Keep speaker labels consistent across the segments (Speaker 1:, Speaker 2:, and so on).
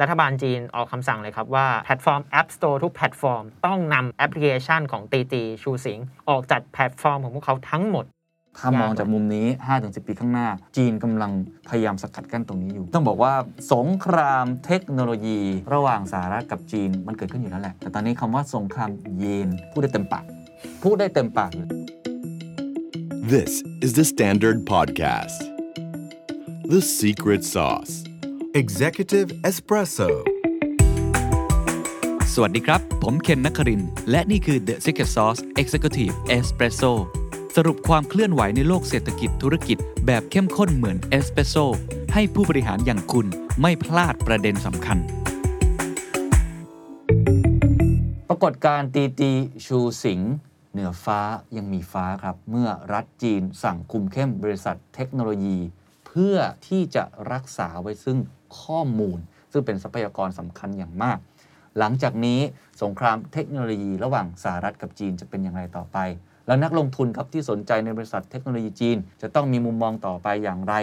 Speaker 1: รัฐบาลจีนออกคำสั่งเลยครับว่าแพลตฟอร์ม App Store ทุกแพลตฟอร์ม ต้องนำแอปพลิเคชันของตีตีชูสิงออกจากแพลตฟอร์มของพวกเขาทั้งหมด
Speaker 2: ถ้ามองจากมุมนี้ 5-10 ปีข้างหน้า จีนกำลังพยายามสกัดกั้นตรงนี้อยู่ ต้องบอกว่าสงครามเทคโนโลยี ระหว่างสหรัฐกับจีนมันเกิดขึ้นอยู่แล้วแหละ แต่ตอนนี้คำว่าสงครามเย็นพูดได้เต็มปากพูดได้เต็มปากอยู่
Speaker 3: This is the Standard Podcast. The Secret Sauce.
Speaker 4: Executive Espresso.
Speaker 5: สวัสดีครับ ผมเคนนักครินทร์และนี่คือ The Secret Sauce Executive Espresso สรุปความเคลื่อนไหวในโลกเศรษฐกิจธุรกิจแบบเข้มข้นเหมือนเอสเปรสโซให้ผู้บริหารอย่างคุณไม่พลาดประเด็นสำคัญ
Speaker 2: ปรากฏการณ์ตีตีชูสิง เหนือฟ้ายังมีฟ้าครับ เมื่อรัฐจีนสั่งคุมเข้มบริษัทเทคโนโลยี เพื่อที่จะรักษาไว้ซึ่งข้อมูล ซึ่งเป็นทรัพยากรสำคัญอย่างมาก หลังจากนี้สงครามเทคโนโลยีระหว่างสหรัฐกับจีนจะเป็นอย่างไรต่อไป แล้วนักลงทุนครับที่สนใจในบริษัทเทคโนโลยีจีน จะต้องมีมุมมองต่อไปอย่างไร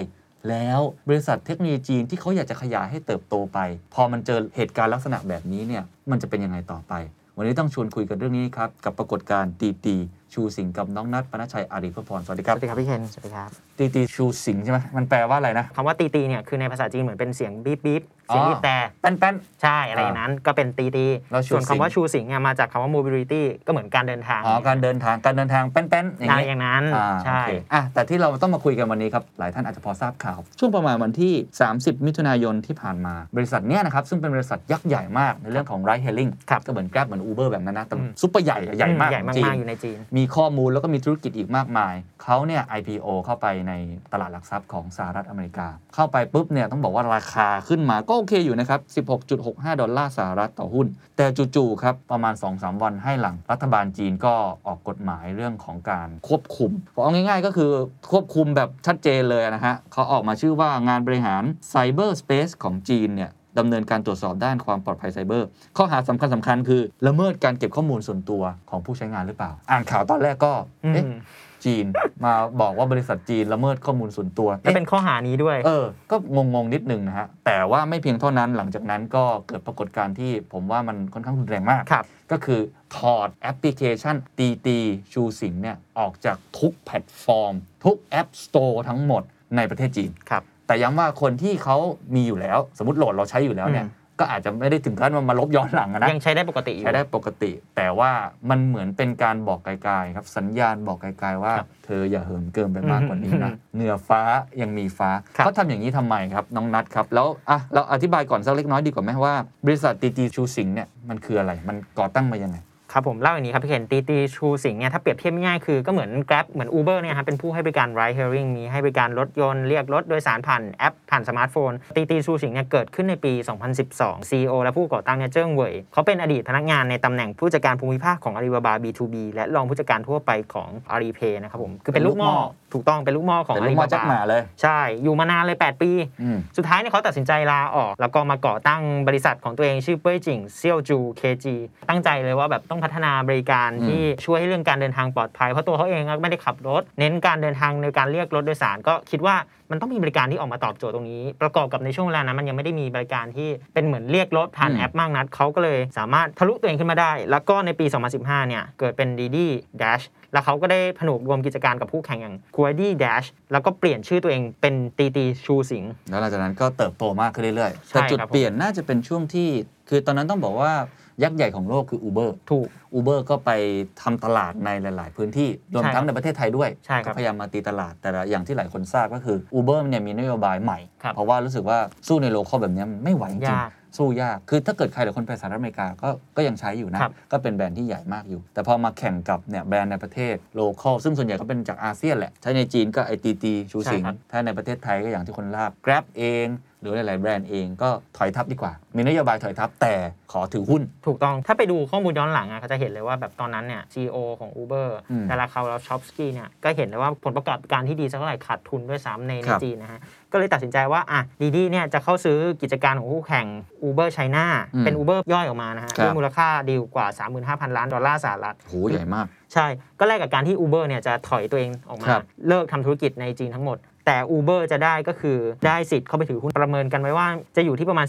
Speaker 2: แล้วบริษัทเทคโนโลยีจีนที่เขาอยากจะขยายให้เติบโตไป พอมันเจอเหตุการณ์ลักษณะแบบนี้เนี่ยมันจะเป็นยังไงต่อไป วันนี้ต้องชวนคุยกันเรื่องนี้ครับ กับปรากฏการณ์ตีตีชูสิงห์กับน้องนัทปนชชัยอารีพพรสวัสดีค
Speaker 1: ส
Speaker 2: รับ
Speaker 1: วัสดีครับพี่เคนสวัสดีครับ
Speaker 2: ตีตีชูสิงห์ใช่ไหมมันแปลว่าอะไรนะ
Speaker 1: คำว่าตีตีเนี่ยคือในภาษาจีนเหมือนเป็นเสียงบีบบีบเสียงบีบแต่
Speaker 2: แป้นแป้น
Speaker 1: ใช่อะไรอย่างนั้นก็เป็นตีตี
Speaker 2: แล้วชูสิง
Speaker 1: ส่วนคำว่าชูสิงเนี่ยมาจากคำว่า mobility ก็เหมือนการเดินทาง
Speaker 2: อ๋อการเดินทางการเดินทางแป้นแป้นอย่า
Speaker 1: อะ
Speaker 2: ง
Speaker 1: ไร
Speaker 2: นี้
Speaker 1: อย่างนั้น
Speaker 2: อ่า
Speaker 1: ใช่
Speaker 2: โอเคอ่ะแต่ที่เราต้องมาคุยกันวันนี้ครับ หลายท่านอาจจะพอทราบข่าว ช่วงประมาณวันที่ 30 มิถุนายนที่ผ่านมา บริษัทเนี้ยนะครับ ซึ่งเป็นบริษัทยักษ์ใหญ่มากในเรื่องของไรเฮลิ่ง
Speaker 1: ครับ
Speaker 2: ก็เหมือน Grab เหมือน Uber แบบนั้นนะแต่
Speaker 1: อืม
Speaker 2: ซุปเปอร์ใหญ่อะใหญ่มาก
Speaker 1: ใหญ่
Speaker 2: จริง
Speaker 1: มากๆอยู่ในจีน
Speaker 2: มีข้อมูลแล้วก็มีธุรกิจอีกมากมาย เขาเนี่ย IPO เข้าไปในตลาดหลักทรัพย์ของสหรัฐอเมริกา เข้าไปปุ๊บเนี่ยต้องบอกว่าราคาขึ้นมาก็โอเคอยู่นะครับ 16.65 ดอลลาร์สหรัฐต่อหุ้น แต่จู่ๆครับประมาณ 2-3 วันให้หลังรัฐบาลจีนก็ออกกฎหมายเรื่องของการควบคุมเอาง่ายๆก็คือควบคุมแบบชัดเจนเลยนะฮะเขาออกมาชื่อว่างานบริหารไซเบอร์สเปซของจีนเนี่ย ดำเนินการตรวจสอบด้านความปลอดภัยไซเบอร์ ข้อหาสำคัญสำคัญคือ ละเมิดการเก็บข้อมูลส่วนตัวของผู้ใช้งานหรือเปล่า อ่านข่าวตอนแรกก็
Speaker 1: อืม
Speaker 2: เอ๊ะจีน มาบอกว่าบริษัทจีนละเมิดข้อมูลส่วนตัว
Speaker 1: และ
Speaker 2: เอ๊ะ
Speaker 1: เป็นข้อหานี้ด้วย
Speaker 2: เออ ก็งงงๆนิดนึงนะฮะ แต่ว่าไม่เพียงเท่านั้นหลังจากนั้นก็เกิดปรากฏการณ์ที่ผมว่ามันค่อนข้างรุนแรงมาก
Speaker 1: ครับ
Speaker 2: ก็คือถอดแอปพลิเคชันตีตีชูสิงเนี่ยออกจากทุกแพลตฟอร์ม ทุกแอปสโตร์ทั้งหมดในประเทศจีน
Speaker 1: ครับ
Speaker 2: แต่ย้ำว่าคนที่เขามีอยู่แล้ว สมมติโหลดเราใช้อยู่แล้วเนี่ย
Speaker 1: อืม
Speaker 2: ก็อาจจะไม่ได้ถึงขั้นว่ามาลบย้อนหลังอะนะ
Speaker 1: ยังใช้ได้ปกติอยู่
Speaker 2: ใช้ได้ปกติ แต่ว่ามันเหมือนเป็นการบอกไกลๆครับ สัญญาณบอกไกลๆว่า
Speaker 1: ครับ
Speaker 2: เธออย่าเหิมเกินไปมากกว่านี้นะ
Speaker 1: อืม
Speaker 2: เหนือฟ้ายังมีฟ้า
Speaker 1: ครับ
Speaker 2: เขาทำอย่างนี้ทำไมครับน้องนัทครับ แล้วอ่ะเราอธิบายก่อนสักเล็กน้อยดีกว่าไหมว่า บริษัทตีตีชูสิงเนี่ยมันคืออะไรมันก่อตั้งมายังไง
Speaker 1: ครับผมเล่าอย่างนี้ครับพี่เคนตีตีชูสิงห์เนี่ยถ้าเปรียบเทียบง่ายๆคือก็เหมือน Grab เหมือน Uber เนี่ยครับเป็นผู้ให้บริการ ride hailing มีให้บริการรถยนต์เรียกรถโดยสารผ่านแอป ผ่านสมาร์ทโฟน ตีตีชูสิงห์เนี่ยเกิดขึ้นในปี 2012 CEO และผู้ก่อตั้งเนี่ยเจิ้งเหวยเขาเป็นอดีตพนักงานในตำแหน่งผู้จัดการภูมิภาคของ Alibaba B2B และรองผู้จัดการทั่วไปของ Alipay นะครับผมคือเป็นลูกหม้อถูกต้องเป็นลูกหม้อของ
Speaker 2: แต่ลูกหมอจักหมา
Speaker 1: Alibaba
Speaker 2: เลย
Speaker 1: ใช่อยู่มานานเลย 8 ปี
Speaker 2: อืม
Speaker 1: สุดท้ายเนี่ยเขาตัดสินใจลาออก แล้วก็มาก่อตั้งบริษัทของตัวเองชื่อเป้ยจิงเซียวจูเคจีตั้งใจเลยว่าแบบต้องพัฒนาบริการ
Speaker 2: อืม
Speaker 1: ที่ช่วยให้เรื่องการเดินทางปลอดภัย เพราะตัวเขาเองก็ไม่ได้ขับรถ เน้นการเดินทางในการเรียกรถโดยสาร ก็คิดว่ามันต้องมีบริการที่ออกมาตอบโจทย์ตรงนี้ ประกอบกับในช่วงเวลานั้นมันยังไม่ได้มีบริการที่เป็นเหมือนเรียกรถผ่านแอปมากนักเขาก็เลยสามารถทะลุตัวเองขึ้นมาได้ แล้วก็ในปี 2015 เนี่ยเกิดเป็น d ีดี Dash แล้วเขาก็ได้ผนวกรวมกิจการกับคู่แข่งอย่าง k u i d i Dash แล้วก็เปลี่ยนชื่อตัวเองเป็นตีตีชูสิง
Speaker 2: แล้วหลังจากนั้นก็เติบโตมากขึ้นเรื่อยๆ
Speaker 1: ใช่
Speaker 2: แต่จุด
Speaker 1: ครับผม
Speaker 2: เปลี่ยนน่าจะเป็นช่วงที่ คือตอนนั้นต้องบอกว่ายักษ์ใหญ่ของโลกคือ Uber
Speaker 1: ถูก
Speaker 2: Uber ก็ไปทำตลาดในหลาย ๆ พื้นที่ รวมทั้ง
Speaker 1: ใช่ครับ
Speaker 2: ในประเทศไทยด้วย
Speaker 1: ใช่ครับ
Speaker 2: ก็พยายามมาตีตลาด แต่ละอย่างที่หลายคนทราบก็คือ Uber เนี่ยมีนโยบายใหม่
Speaker 1: ครับ
Speaker 2: เพราะว่ารู้สึกว่าสู้ในโลคอลแบบเนี้ยไม่ไหวจริง
Speaker 1: ยาก
Speaker 2: ๆสู้ยาก คือถ้าเกิดใครหลายคนไปสหรัฐอเมริกาก็ก็ยังใช้อยู่นะ
Speaker 1: ครับ
Speaker 2: ก็เป็นแบรนด์ที่ใหญ่มากอยู่ แต่พอมาแข่งกับเนี่ยแบรนด์ในประเทศโลคอลซึ่งส่วนใหญ่ก็เป็นจากอาเซียนแหละใช้ในจีนก็ไอตีตีชูสิง
Speaker 1: ใช่ครับ
Speaker 2: ถ้าในประเทศไทยก็อย่างที่คนทราบ Grab เอง หรือหลาย ๆ แบรนด์เองก็ถอยทับดีกว่า มีนโยบายถอยทับแต่ขอถือหุ้น
Speaker 1: ถูกต้อง ถ้าไปดูข้อมูลย้อนหลังอะเขาจะเห็นเลยว่าแบบตอนนั้นเนี่ย CEO ของ Uber
Speaker 2: อืม
Speaker 1: แต่ละเขาแล้วชอปสกี้เนี่ย ก็เห็นเลยว่าผลประกอบการที่ดีสักเท่าไหร่ขาดทุนด้วยซ้ำในใน
Speaker 2: ครับ
Speaker 1: จีนนะฮะ ก็เลยตัดสินใจว่า อ่ะดีดีเนี่ย จะเข้าซื้อกิจการของคู่แข่ง Uber China
Speaker 2: อืม
Speaker 1: เป็น Uber ย่อยออกมานะฮะ
Speaker 2: ครับ
Speaker 1: ด้วยมูลค่าดีลกว่า 35,000 ล้านดอลลาร์สหรัฐ
Speaker 2: โหใหญ่มาก
Speaker 1: ใช่ ก็แลกกับการที่ Uber เนี่ยจะถอยตัวเองออกมา
Speaker 2: ครับ
Speaker 1: เลิกทำธุรกิจในจีนทั้งหมด แต่ Uber จะได้ก็คือได้สิทธิ์เข้าไปถือหุ้นประเมินกันไว้ว่าจะอยู่ที่ประมาณ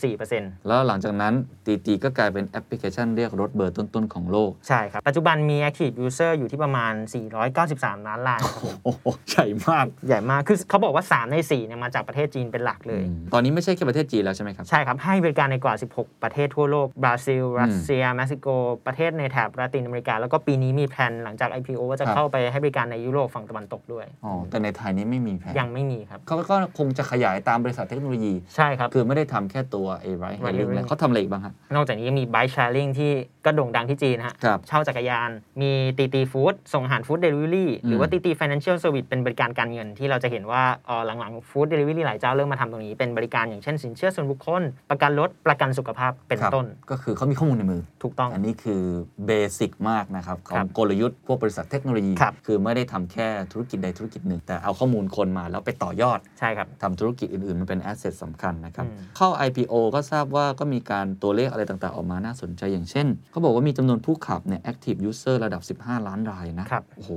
Speaker 1: 15.4%
Speaker 2: แล้วหลังจากนั้นตีตีก็กลายเป็นแอปพลิเคชันเรียกรถเบอร์ต้นๆของโลก
Speaker 1: ใช่ครับ ปัจจุบันมี Active User อยู่ที่ประมาณ 493 ล้านรายครับผม
Speaker 2: โอ้โหใหญ่มาก
Speaker 1: ใหญ่มากคือเขาบอกว่า 3 ใน4เนี่ยมาจากประเทศจีนเป็นหลักเลย
Speaker 2: อืมตอนนี้ไม่ใช่แค่ประเทศจีนแล้วใช่ไหมครับ
Speaker 1: ใช่ครับ ให้บริการในกว่า 16 ประเทศทั่วโลก บราซิล รัสเซีย เม็กซิโก ประเทศในแถบลาตินอเมริกา แล้วก็ปีนี้มีแผนหลังจาก IPO ว่าจะ
Speaker 2: ครับ
Speaker 1: เข้าไปให้บริการในยุโรปฝั่งตะวันตกด้วย
Speaker 2: อ๋อแต่ในไทยนี้ไม่มีแผน
Speaker 1: ยังไม่มีครับ
Speaker 2: เขาก็คงจะขยายตามบริษัทเทคโนโลยี
Speaker 1: ใช่ครับ
Speaker 2: คือไม่ได้ทำแค่ตัวไอ้ไรเฮลิง
Speaker 1: Ride-hailing
Speaker 2: แล้วเขาทำอะไรอีกบ้างฮะ
Speaker 1: นอกจากนี้ยังมี bike sharing ที่ก็โด่งดังที่จีนนะฮะ
Speaker 2: ครับ
Speaker 1: เช่าจักรยาน มีตีตีฟู้ดส่งอาหารฟู้ดเดลิเวอรี่หรือว่า
Speaker 2: อืม
Speaker 1: ตีตี financial service เป็นบริการการเงินที่เราจะเห็นว่าเอ่อหลังๆฟู้ดเดลิเวอรี่หลายเจ้าเริ่มมาทำตรงนี้เป็นบริการอย่างเช่นสินเชื่อส่วนบุคคล ประกันรถประกันสุขภาพเป็น
Speaker 2: ครับ
Speaker 1: ต้น
Speaker 2: ก็คือเขามีข้อมูลในมือ
Speaker 1: ถูกต้อง
Speaker 2: อันนี้คือเบสิกมากนะครับ ขอ
Speaker 1: ครั
Speaker 2: ง
Speaker 1: บ
Speaker 2: กลยุทธ์พวกบริษัทเทคโนโลยี
Speaker 1: ครับ
Speaker 2: คือไม่ได้ทำแค่ธุรกิจใดธุรกิจหนึ่ง แต่เอาข้อมูลคนมาแล้วไปต่อยอด
Speaker 1: ใช่ครับ
Speaker 2: ทำธุรกิจอื่น ๆ มันเป็นแอสเซทสำคัญนะครับ
Speaker 1: อืม
Speaker 2: เข้า IPO ก็ทราบว่าก็มีการตัวเลขอะไรต่าง ๆ ออกมาน่าสนใจอย่างเช่นเขาบอกว่ามีจำนวนผู้ขับเนี่ย active user ระดับ 15 ล้านรายนะครับ โอ้โห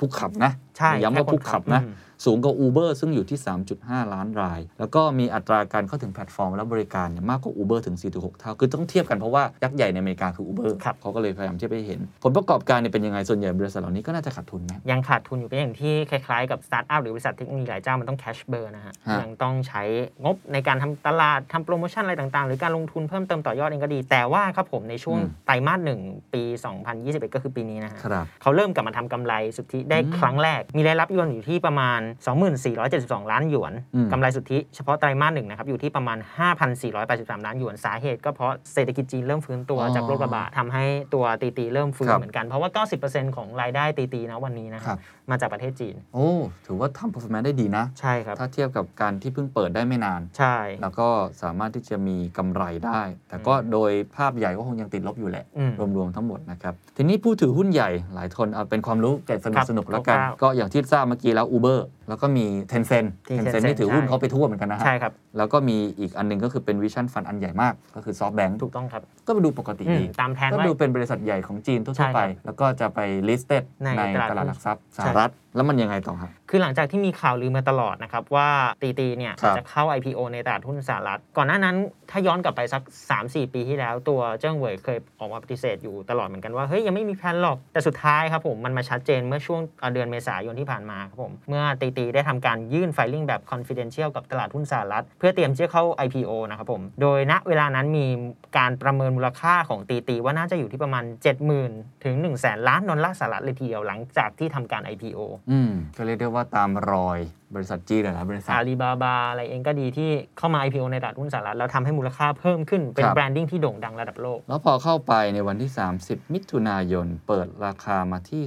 Speaker 2: ผู้ขับนะ
Speaker 1: ใช่
Speaker 2: ย้ำว่า
Speaker 1: แค่คน
Speaker 2: ผู้ขับนะ
Speaker 1: อืม
Speaker 2: สูงกว่า Uber ซึ่งอยู่ที่ 3.5 ล้านราย แล้วก็มีอัตราการเข้าถึงแพลตฟอร์มและบริการเนี่ยมากกว่า Uber ถึง 4.6 เท่า คือต้องเทียบกันเพราะว่า ยักษ์ใหญ่ในอเมริกาคือ Uber
Speaker 1: ครับ
Speaker 2: เขาก็เลยพยายามเทียบให้เห็น ผลประกอบการเนี่ยเป็นยังไง ส่วนใหญ่บริษัทเหล่านี้ก็น่าจะขาดทุนไหม
Speaker 1: ยังขาดทุนอยู่ก็อย่างที่คล้ายๆกับสตาร์ทอัพหรือบริษัทเทคโนโลยีหลายเจ้ามันต้องแคชเบ r ร์นะฮะ
Speaker 2: ฮะ
Speaker 1: ยังต้องใช้งบในการทำตลาดทำโปรโมชั่นอะไรต่างๆ หรือการลงทุนเพิ่มเติมต่อยอดเองก็ดี แต่ว่าครับผมในช่วงไตรมาสหนึ่งปี 2021 ก็คือปีนี้นะฮะ
Speaker 2: ครับ
Speaker 1: เขาเริ่มกลับมาทำกำไรสุทธิได้
Speaker 2: อืม
Speaker 1: ครั้งแรก มีรายรับยวนอยู่ที่ประมาณ 2472 ล้านหยวน
Speaker 2: อืม
Speaker 1: กำไรสุทธิเฉพาะไตรมาสหนึ่งนะครับอยู่ที่ประมาณ 5,483 ล้านหยวนสาเหตุก็เพราะเศรษฐกิจจีนเริ่มฟื้นตัวจากโรคระบาดทำให้ตัวตีตีเริ่มฟื้นเหมือนกัน เพราะว่า 90%ของรายได้ตีตีนะวันนี้นะครับมาจากประเทศจีน
Speaker 2: โอ้ ถือว่าทำ performance ได้ดีนะ
Speaker 1: ใช่ครับ
Speaker 2: ถ้าเทียบกับการที่เพิ่งเปิดได้ไม่นาน
Speaker 1: ใช่
Speaker 2: แล้วก็สามารถที่จะมีกำไรได้ แต่ก็โดยภาพใหญ่ก็คงยังติดลบอยู่แหละ
Speaker 1: อืม
Speaker 2: รวมๆทั้งหมดนะครับ ทีนี้ผู้ถือหุ้นใหญ่หลายคนเอาเป็นความรู้แต่สนุ
Speaker 1: ครั
Speaker 2: ก
Speaker 1: บ
Speaker 2: สนุกๆแล้วกัน
Speaker 1: คร่าวๆ
Speaker 2: ก็อย่างที่ทราบเมื่อกี้แล้ว Uber แล้วก็มี Tencent
Speaker 1: ที่ Tencent
Speaker 2: นี่ถือหุ้น
Speaker 1: ใช่
Speaker 2: เขาไปทั่วเหมือนกันนะฮะ
Speaker 1: ใช่ครับ
Speaker 2: แล้วก็มีอีกอันหนึงก็คือเป็นวิชั่นฟันอันใหญ่มาก ก็คือซอฟแบง k
Speaker 1: ถูกต้องครับ
Speaker 2: ก็ไปดูปกติ
Speaker 1: อืม
Speaker 2: ดี
Speaker 1: ตามแผน
Speaker 2: ก็
Speaker 1: ไว้
Speaker 2: ดูเป็นบริษัทใหญ่ของจีน
Speaker 1: ใช่
Speaker 2: ทั่วๆ
Speaker 1: ค
Speaker 2: ไป
Speaker 1: รับ
Speaker 2: แล้วก็จะไป listed
Speaker 1: ใน
Speaker 2: ในต
Speaker 1: ต
Speaker 2: ลา
Speaker 1: ลาดหลั
Speaker 2: ดหลัก
Speaker 1: ก
Speaker 2: ท
Speaker 1: ทรั
Speaker 2: รัพ
Speaker 1: พย์ใช่
Speaker 2: ย์สหรัฐแล้วมันยังไงต่อฮะ
Speaker 1: คือหลังจากที่มีข่าวลือมาตลอดนะครับ ว่าตีตีเนี่ย
Speaker 2: ครับ
Speaker 1: จะเข้า IPO ในตลาดหุ้นสหรัฐ ก่อนหน้านั้นถ้าย้อนกลับไปสัก 3-4 ปีที่แล้ว ตัวเจิ้งเหวยเคยออกมาปฏิเสธอยู่ตลอดเหมือนกันว่า เฮ้ย ยังไม่มีแผนหรอก แต่สุดท้ายครับผม มันมาชัดเจนเมื่อช่วงเอ่อเดือนเมษายนที่ผ่านมาครับผม เมื่อตีตีได้ทำการยื่นไฟลิ่งแบบ confidential กับตลาดหุ้นสหรัฐ เพื่อเตรียมที่จะเข้า IPO นะครับผมโดยณเวลานั้นมีการประเมินมูลค่าของตีตีว่าน่าจะอยู่ที่ประมาณ 70,000ถึง1 0 0 0 0แสนล้านดอลลาร์สหรัฐเลยทีเดียวหลังจากที่ทำการ IPO
Speaker 2: ืมก็เรียกได้ว่าตามรอยบริษัทจีนหลายๆบริษัท
Speaker 1: อาลีบาบาอะไรเองก็ดีที่เข้ามา IPO ในตลาดหุ้นสหรัฐแล้วทำให้มูลค่าเพิ่มขึ้นเป็น
Speaker 2: ครับ
Speaker 1: แบรนดิ้งที่โด่งดังระดับโลก
Speaker 2: แล้วพอเข้าไปในวันที่ 30 มิถุนายน เปิดราคามาที่